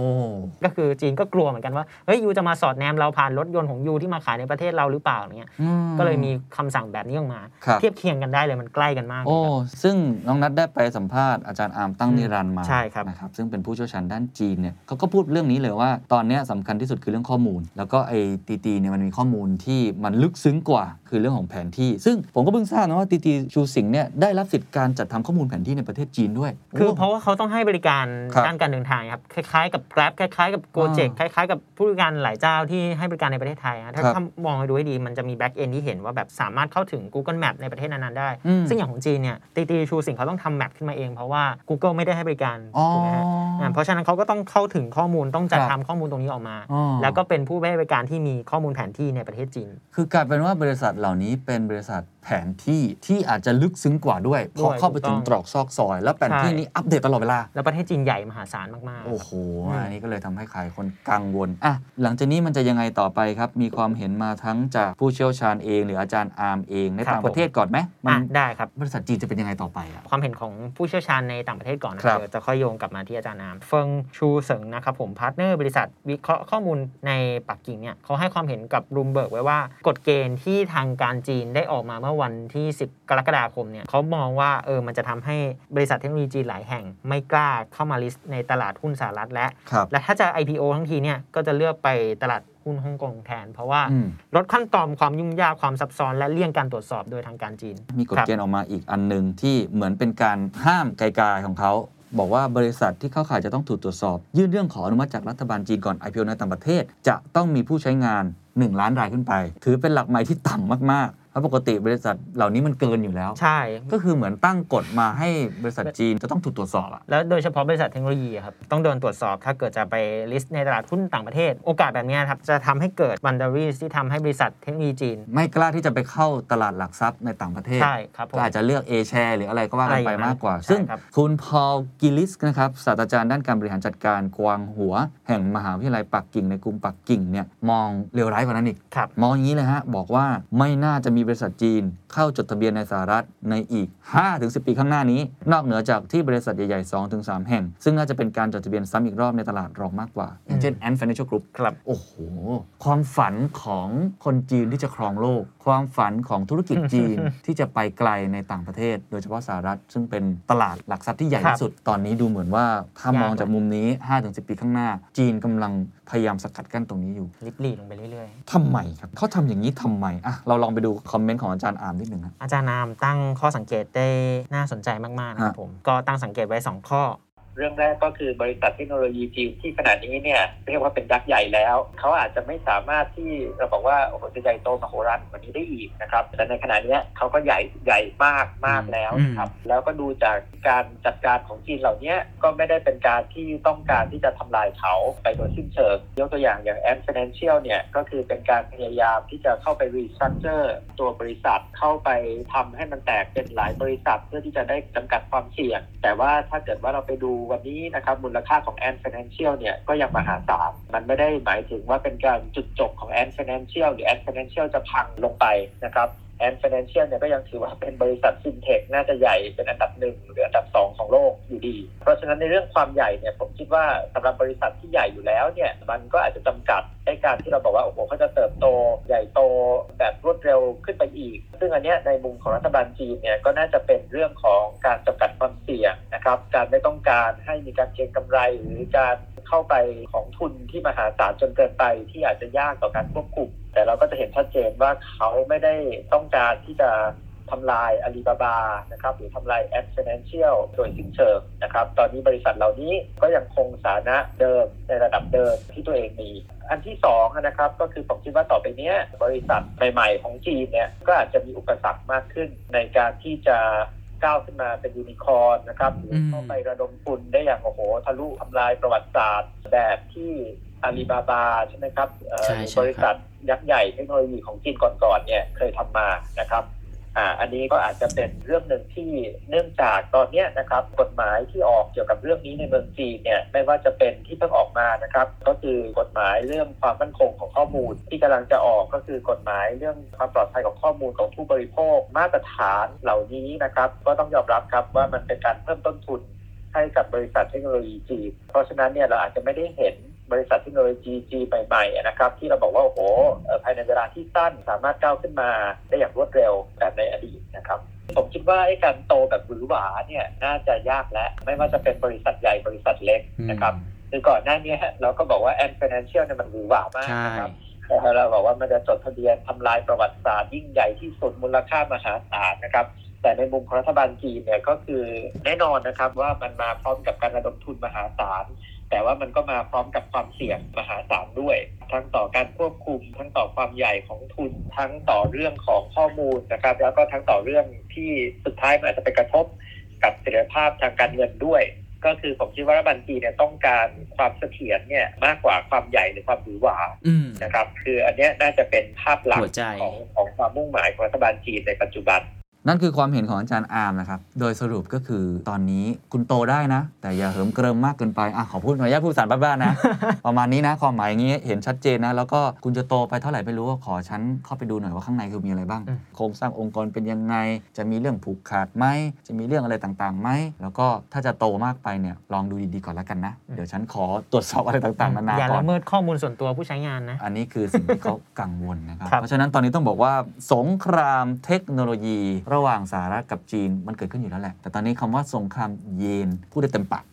Speaker 1: ก็คือจีนก็กลัวเหมือนกันว่าเฮ้ยยูจะมาสอดแนมเราผ่านรถยนต์ของยูที่มาขายในประเทศเราหรือเปล่าเนี่ยก็เลยมีคำสั่งแบบนี้ออกมา
Speaker 2: ครับ
Speaker 1: เทียบเคียงกันได้เลยมันใกล้กันมาก
Speaker 2: โอ้ ซึ่งน้องนัดได้ไปสัมภาษณ์อาจารย์อาร์มตั้งนิรันดร์มา
Speaker 1: ใช่ครับ
Speaker 2: นะครับ ซึ่งเป็นผู้เชี่ยวชาญด้านจีนเนี่ยเขาก็พูดเรื่องนี้เลยว่า ตอนเนี้ยสำคัญที่สุดคือเรื่องข้อมูล แล้วก็ไอ้ตีตีเนี่ยมันมีข้อมูลที่มันลึกซึ้งกว่า คือเรื่องของแผนที่ ซึ่งผมก็เพิ่งทราบนะว่าตีตีชูสิงห์เนี่ยได้รับสิทธิ์การจัดทำข้อมูลแผนที่ในประเทศจีนด้วย
Speaker 1: คือเพราะว่าเขาต้องให้บริการ
Speaker 2: ครับ
Speaker 1: ด้านการเดินทางครับคล้ายๆกับ Grab คล้ายๆกับ Gojek คล้ายๆกับผู้บริการหลายเจ้าที่ให้บริการในประเทศไทยนะถ้า
Speaker 2: ครับ
Speaker 1: ถ้ามองไปดูให้ดีมันจะมี back end ที่เห็นว่าแบบสามารถเข้าถึง Google Map ในประเทศนั้นๆได้
Speaker 2: อืม
Speaker 1: ซึ่งอย่างของจีนเนี่ยตีตีชูสิ่งเขาต้องทำแมปขึ้นมาเองเพราะว่า Google ไม่ได้ให้บริการ
Speaker 2: อ๋อ
Speaker 1: ถูกไหมฮะ อ่าเพราะฉะนั้นเขาก็ต้องเข้าถึงข้อมูลต้องจัด
Speaker 2: ครั
Speaker 1: ทำ
Speaker 2: บ
Speaker 1: ข้อมูลตรงนี้ออกมา
Speaker 2: อ๋อ
Speaker 1: แล้วก็เป็นผู้ให้บริการที่มีข้อมูลแผนที่ในประเทศจีน
Speaker 2: คือกลายเป็นว่าบริษัทเหล่านี้เป็นบริษัทแผนที่ที่อาจจะลึกซึ้งกว่าด้วยเพราะเข้าไปถึงตรอกซอกซอย แล้วแผนที่นี้อัปเดตตลอดเวลา
Speaker 1: แล้วประเทศจีนใหญ่มหาศาลมาก
Speaker 2: โอ้โห
Speaker 1: อืม
Speaker 2: อันนี้ก็เลยทำให้ใครคนกังวล อ่ะ หลังจากนี้มันจะยังไงต่อไปครับ มีความเห็นมาทั้งจากผู้เชี่ยวชาญเอง หรืออาจารย์อาร์มเองในต่างประเทศก่อนไหม
Speaker 1: ๆ
Speaker 2: มัน
Speaker 1: อ่ะได้ครับ
Speaker 2: บริษัทจีนจะเป็นยังไงต่อไปอ่ะ
Speaker 1: ความเห็นของผู้เชี่ยวชาญในต่างประเทศก่อนนะครับ เดี๋ยวจะค่อยโยงกลับมาที่อาจารย์นามเฟิงชูเสิงนะครับผมพาร์ทเนอร์บริษัทวิเคราะห์ข้อมูลในปักกิ่งเนี่ยเขาให้ความเห็นกับรูมเบิร์กไว้ว่ากฎเกณฑ์ที่ทางการจีนได้ออกมาเมื่อวันที่ 10 กรกฎาคมเนี่ยเขามองว่าเออมันจะทำให้บริษัทเทคโนโลยีจีนหลายแห่ง ไม่กล้าเข้ามาลิสต์ในตลาดหุ้นสหรัฐและ
Speaker 2: ครับ
Speaker 1: และถ้าจะ IPO ทั้งทีเนี่ยก็จะเลือกไปตลาดหุ้นฮ่องกงแทน เพราะว่า
Speaker 2: อืม
Speaker 1: ลดขั้นตอนความยุ่งยากความซับซ้อนและเลี่ยงการตรวจสอบโดยทางการจีน
Speaker 2: มีกฎเกณฑ์ออกมาอีกอันหนึ่งที่เหมือนเป็นการห้ามไกลๆของเขา บอกว่าบริษัทที่เข้าข่ายจะต้องถูกตรวจสอบ ยื่นเรื่องขออนุมัติจากรัฐบาลจีนก่อน IPO ในต่างประเทศ จะต้องมีผู้ใช้งาน 1 ล้านรายขึ้นไป ถือเป็นหลักใหม่ที่ต่ำมากๆเพราะปกติบริษัทเหล่านี้มันเกินอยู่แล้ว
Speaker 1: ใช่
Speaker 2: ก็คือเหมือนตั้งกฎมาให้บริษัทจีนจะต้องถูกตรวจสอบอะ
Speaker 1: แล้วโดยเฉพาะบริษัทเทคโนโลยีอะครับต้องโดนตรวจสอบถ้าเกิดจะไปลิสต์ในตลาดหุ้นต่างประเทศ โอกาสแบบเนี้ยครับจะทำให้เกิดวันดารีที่ทำให้บริษัทเทคโนโลยีจีน
Speaker 2: ไม่กล้าที่จะไปเข้าตลาดหลักทรัพย์ในต่างประเทศ
Speaker 1: ใช่ครับผม
Speaker 2: ก็อาจจะเลือก A share หรืออะไรก็ว่ากัน
Speaker 1: อะไร
Speaker 2: ไป
Speaker 1: อย่างนั้น
Speaker 2: มากกว่า
Speaker 1: ใช่
Speaker 2: ซึ่ง
Speaker 1: ครับ
Speaker 2: คุณพอลกิลิสนะครับศาสตราจารย์ด้านการบริหารจัดการกวางหัว แห่งมหาวิทยาลัยปักกิ่งในกรุงปักกิ่งเนี่ยมองเลวร้ายกว่านั้นอีก
Speaker 1: ครับ
Speaker 2: มองอย่างนี้เลยฮะ บอกว่าไม่น่าจะมีบริษัทจีน เข้าจดทะเบียนในสหรัฐในอีก 5-10 ปีข้างหน้านี้ นอกเหนือจากที่บริษัทใหญ่ๆ 2-3 แห่ง ซึ่งน่าจะเป็นการจดทะเบียนซ้ำอีกรอบในตลาดรองมากกว่าอย่างเช่น Ant Financial Group
Speaker 1: ครับ
Speaker 2: โอ้โห ความฝันของคนจีนที่จะครองโลก ความฝันของธุรกิจจี น ที่จะไปไกลในต่างประเทศ โดยเฉพาะสหรัฐ ซึ่งเป็นตลาดหลักทรัพย์ที่ใหญ่
Speaker 1: ครั
Speaker 2: ที่
Speaker 1: บ
Speaker 2: สุด ตอนนี้ดูเหมือนว่า ถ้าย
Speaker 1: าก
Speaker 2: มองจากมุมนี้ 5-10 ปีข้างหน้า จีนกำลังพยายามสกัดกั้นตรงนี้อยู่
Speaker 1: ลิบหลีลงไปเรื่อย
Speaker 2: ทำไมครับเขาทำอย่างนี้ทำไมอ่ะเราลองไปดูคอมเมนต์ของอาจารย์อามนิดหนึ่งนะ
Speaker 1: ๆ อาจารย์นามตั้งข้อสังเกตได้น่าสนใจมากๆนะครับ
Speaker 2: ฮะ
Speaker 1: ผมก็ตั้งสังเกตไว้สองข้อ
Speaker 6: เรื่องแรกก็คือบริษัทเทคโนโลยีจีนที่ขนาดนี้เนี่ยเรียกว่าเป็นยักษ์ใหญ่แล้ว เขาอาจจะไม่สามารถที่เราบอกว่าโอ้โหจะใหญ่โตมโหฬารกว่านี้ได้อีกนะครับแต่ในขณะเนี้ยเขาก็ใหญ่ใหญ่มากมากแล้วนะครับแล้วก็ดูจากการจัดการของจีนเหล่านี้ก็ไม่ได้เป็นการที่ต้องการที่จะทำลายเขาไปโดยสิ้นเชิงยกตัวอย่างอย่างแอนด์ฟินแลนเชียลเนี่ยก็คือเป็นการพยายามที่จะเข้าไปรีสตรัคเจอร์ตัวบริษัทเข้าไปทำให้มันแตกเป็นหลายบริษัทเพื่อที่จะได้จำกัดความเสี่ยง แต่ว่าถ้าเกิดว่าเราไปดูวันนี้นะครับมูลค่าของแอนด์ฟินแลนเชียลเนี่ยก็ยังมหาศาลมันไม่ได้หมายถึงว่าเป็นการจุดจบของแอนด์ฟินแลนเชียลหรือแอนด์ฟินแลนเชียลจะพังลงไปนะครับ แอนด์ฟินแลนเชียลเนี่ยก็ยังถือว่าเป็นบริษัทฟินเทคน่าจะใหญ่เป็นอันดับหนึ่งหรืออันดับสองของโลกอยู่ดี เพราะฉะนั้นในเรื่องความใหญ่เนี่ยผมคิดว่าสำหรับบริษัทที่ใหญ่อยู่แล้วเนี่ยมันก็อาจจะจำกัดในการที่เราบอกว่าโอ้โหเขาจะเติบโตใหญ่โตแบบรวดเร็วขึ้นไปอีก ซึ่งอันเนี้ยในมุมของรัฐบาลจีนเนี่ยก็น่าจะเป็นเรื่องของการจำกัดความเสี่ยงนะครับการไม่ต้องการให้มีการเก็งกำไรหรือการ เข้าไปของทุนที่มหาศาลจนเกินไปที่อาจจะยากต่อการควบคุม แต่เราก็จะเห็นชัดเจนว่าเขาไม่ได้ต้องการที่จะทำลายอาลีบาบานะครับหรือทำลายแอ d เ i นเชียลโดยสิ้นเชิงนะครับตอนนี้บริษัทเหล่านี้ก็ยังคงสถานะเดิมในระดับเดิมที่ตัวเองมี อันที่สองนะครับก็คือผมคิดว่าต่อไปเนี้ยบริษัทใหม่ๆ ของจีนเนี่ยก็อาจจะมีอุปสรรคมากขึ้นในการที่จะก้าวขึ้นมาเป็นยูนิคอร์นนะครับหรืออ
Speaker 5: ม
Speaker 6: เข้าไป ไประดมทุนได้อย่างโอ้โหทะลุทำลายประวัติศาสตร์ แบบที่อาลีบาบาใช่ไหมครับเอ่อ
Speaker 7: ใช่ใช่ครับ
Speaker 6: บริษัทยักษ์ใหญ่เทคโนโลยีของจีนก่อนๆเนี่ยเคยทำมานะครับอ่าอันนี้ก็อาจจะเป็นเรื่องหนึ่งที่เนื่องจากตอนเนี้ยนะครับกฎหมายที่ออกเกี่ยวกับเรื่องนี้ในเมืองจีนเนี่ยไม่ว่าจะเป็นที่เพิ่งออกมานะครับก็คือกฎหมายเรื่องความมั่นคงของข้อมูล ที่กำลังจะออกก็คือกฎหมายเรื่องความปลอดภัยของข้อมูลของผู้บริโภคมาตรฐานเหล่านี้นะครับก็ต้องยอมรับครับว่ามันเป็นการเพิ่มต้นทุน ให้กับบริษัทเทคโนโลยีจีน เพราะฉะนั้นเนี่ยเราอาจจะไม่ได้เห็นบริษัทเทคโนโลยีจีนใหม่ๆอะนะครับ ที่เราบอกว่าโอ้โหเอ่อภายในเวลาที่สั้นสามารถก้าวขึ้นมาได้อย่างรวดเร็วแบบในอดีตนะครับ ผมคิดว่าไอ้การโตแบบหวือหวาเนี่ยน่าจะยากแล้ว ไม่ว่าจะเป็นบริษัทใหญ่บริษัทเล็กนะครับคือก่อนหน้านี้เราก็บอกว่าแอนด์ฟินแลนเชียลเนี่ยมันหวือหวามาก
Speaker 7: ใช่
Speaker 6: นะครับ เราบอกว่ามันจะจดทะเบียนทำลายประวัติศาสตร์ยิ่งใหญ่ที่สุดมูลค่ามหาศาลนะครับ แต่ในมุมของรัฐบาลจีนเนี่ยก็คือแน่นอนนะครับว่ามันมาพร้อมกับการระดมทุนมหาศาล แต่ว่ามันก็มาพร้อมกับความเสี่ยงมหาศาลด้วย ทั้งต่อการควบคุม ทั้งต่อความใหญ่ของทุน ทั้งต่อเรื่องของข้อมูลนะครับ แล้วก็ทั้งต่อเรื่องที่สุดท้ายมันอาจจะไปกระทบ กับเสถียรภาพทางการเงินด้วย ก็คือผมคิดว่ารัฐบาลจีนเนี่ยต้องการความเสถียรเนี่ยมากกว่าความใหญ่หรือความหวือหวา
Speaker 5: อืม
Speaker 6: นะครับ คืออันเนี้ยน่าจะเป็นภาพหลัก
Speaker 7: หัวใจ
Speaker 6: ของของความมุ่งหมายของรัฐบาลจีนในปัจจุบัน
Speaker 2: นั่นคือความเห็นของอาจารย์อาร์มนะครับ โดยสรุปก็คือตอนนี้คุณโตได้นะ แต่อย่าเหิมเกริมมากเกินไปอ่ะขอพูดหน่อยย่าตพูดสาร บ้านๆนะ ประมาณนี้นะ ความหมายอย่างนี้เห็นชัดเจนนะ แล้วก็คุณจะโตไปเท่าไหร่ไม่รู้ขอฉันเข้าไปดูหน่อยว่าข้างในคือมีอะไรบ้าง
Speaker 1: อืม
Speaker 2: โครงสร้างองค์กรเป็นยังไง จะมีเรื่องผูกขาดไหมจะมีเรื่องอะไรต่างๆไหมแล้วก็ถ้าจะโตมากไปเนี่ยลองดูดีๆก่อนแล้วกันนะ เดี๋ยวฉันขอตรวจสอบอะไรต่างๆนานา
Speaker 1: อย่า
Speaker 2: ก่อ
Speaker 1: ละ
Speaker 2: น
Speaker 1: เมิดข้อมูลส่วนตัวผู้ใช้งานนะ
Speaker 2: อันนี้คือสิ่งที่เขา กังวลนะครับ
Speaker 1: ครับ
Speaker 2: เพราะฉะนั้นตอนนี้ต้องบอกว่าสงครามเทคโนโลยี ระหว่างสหรัฐกับจีนมันเกิดขึ้นอยู่แล้วแหละ แต่ตอนนี้คำว่าสงครามเยนพูดได้เต็มปาก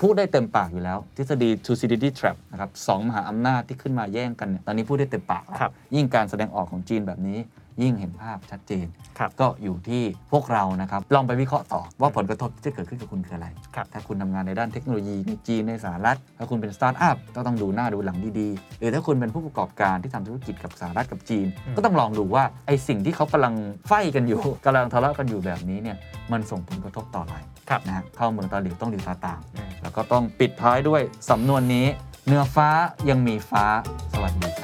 Speaker 2: พูดได้เต็มปากอยู่แล้ว ทฤษฎี Thucydides trap นะครับสองมหาอำนาจที่ขึ้นมาแย่งกันเนี่ยตอนนี้พูดได้เต็มปากแล้ว
Speaker 1: ครับ
Speaker 2: ยิ่งการแสดงออกของจีนแบบนี้ ยิ่งเห็นภาพชัดเจน
Speaker 1: ครับ
Speaker 2: ก็อยู่ที่พวกเรานะครับลองไปวิเคราะห์ต่อว่าผลกระทบที่จะเกิดขึ้นกับคุณคืออะไร
Speaker 1: ครับ
Speaker 2: ถ้าคุณทำงานในด้านเทคโนโลยีในจีนในสหรัฐถ้าคุณเป็นสตาร์ทอัพก็ต้องดูหน้าดูหลังดีๆ หรือถ้าคุณเป็นผู้ประกอบการที่ทำธุรกิจกับสหรัฐกับจีน
Speaker 1: อืม
Speaker 2: ก็ต้องลองดูว่าไอสิ่งที่เขากำลังไฟกันอยู่ กำลังทะเลาะกันอยู่แบบนี้เนี่ยมันส่งผลกระทบต่ออะไร
Speaker 1: ครับ
Speaker 2: นะฮะเข้าเมืองตาหลิวต้องหลิวตาตาม
Speaker 1: อืม
Speaker 2: แล้วก็ต้องปิดท้ายด้วยสำนวนนี้ เนื้อฟ้ายังมีฟ้าสวัสดีครับ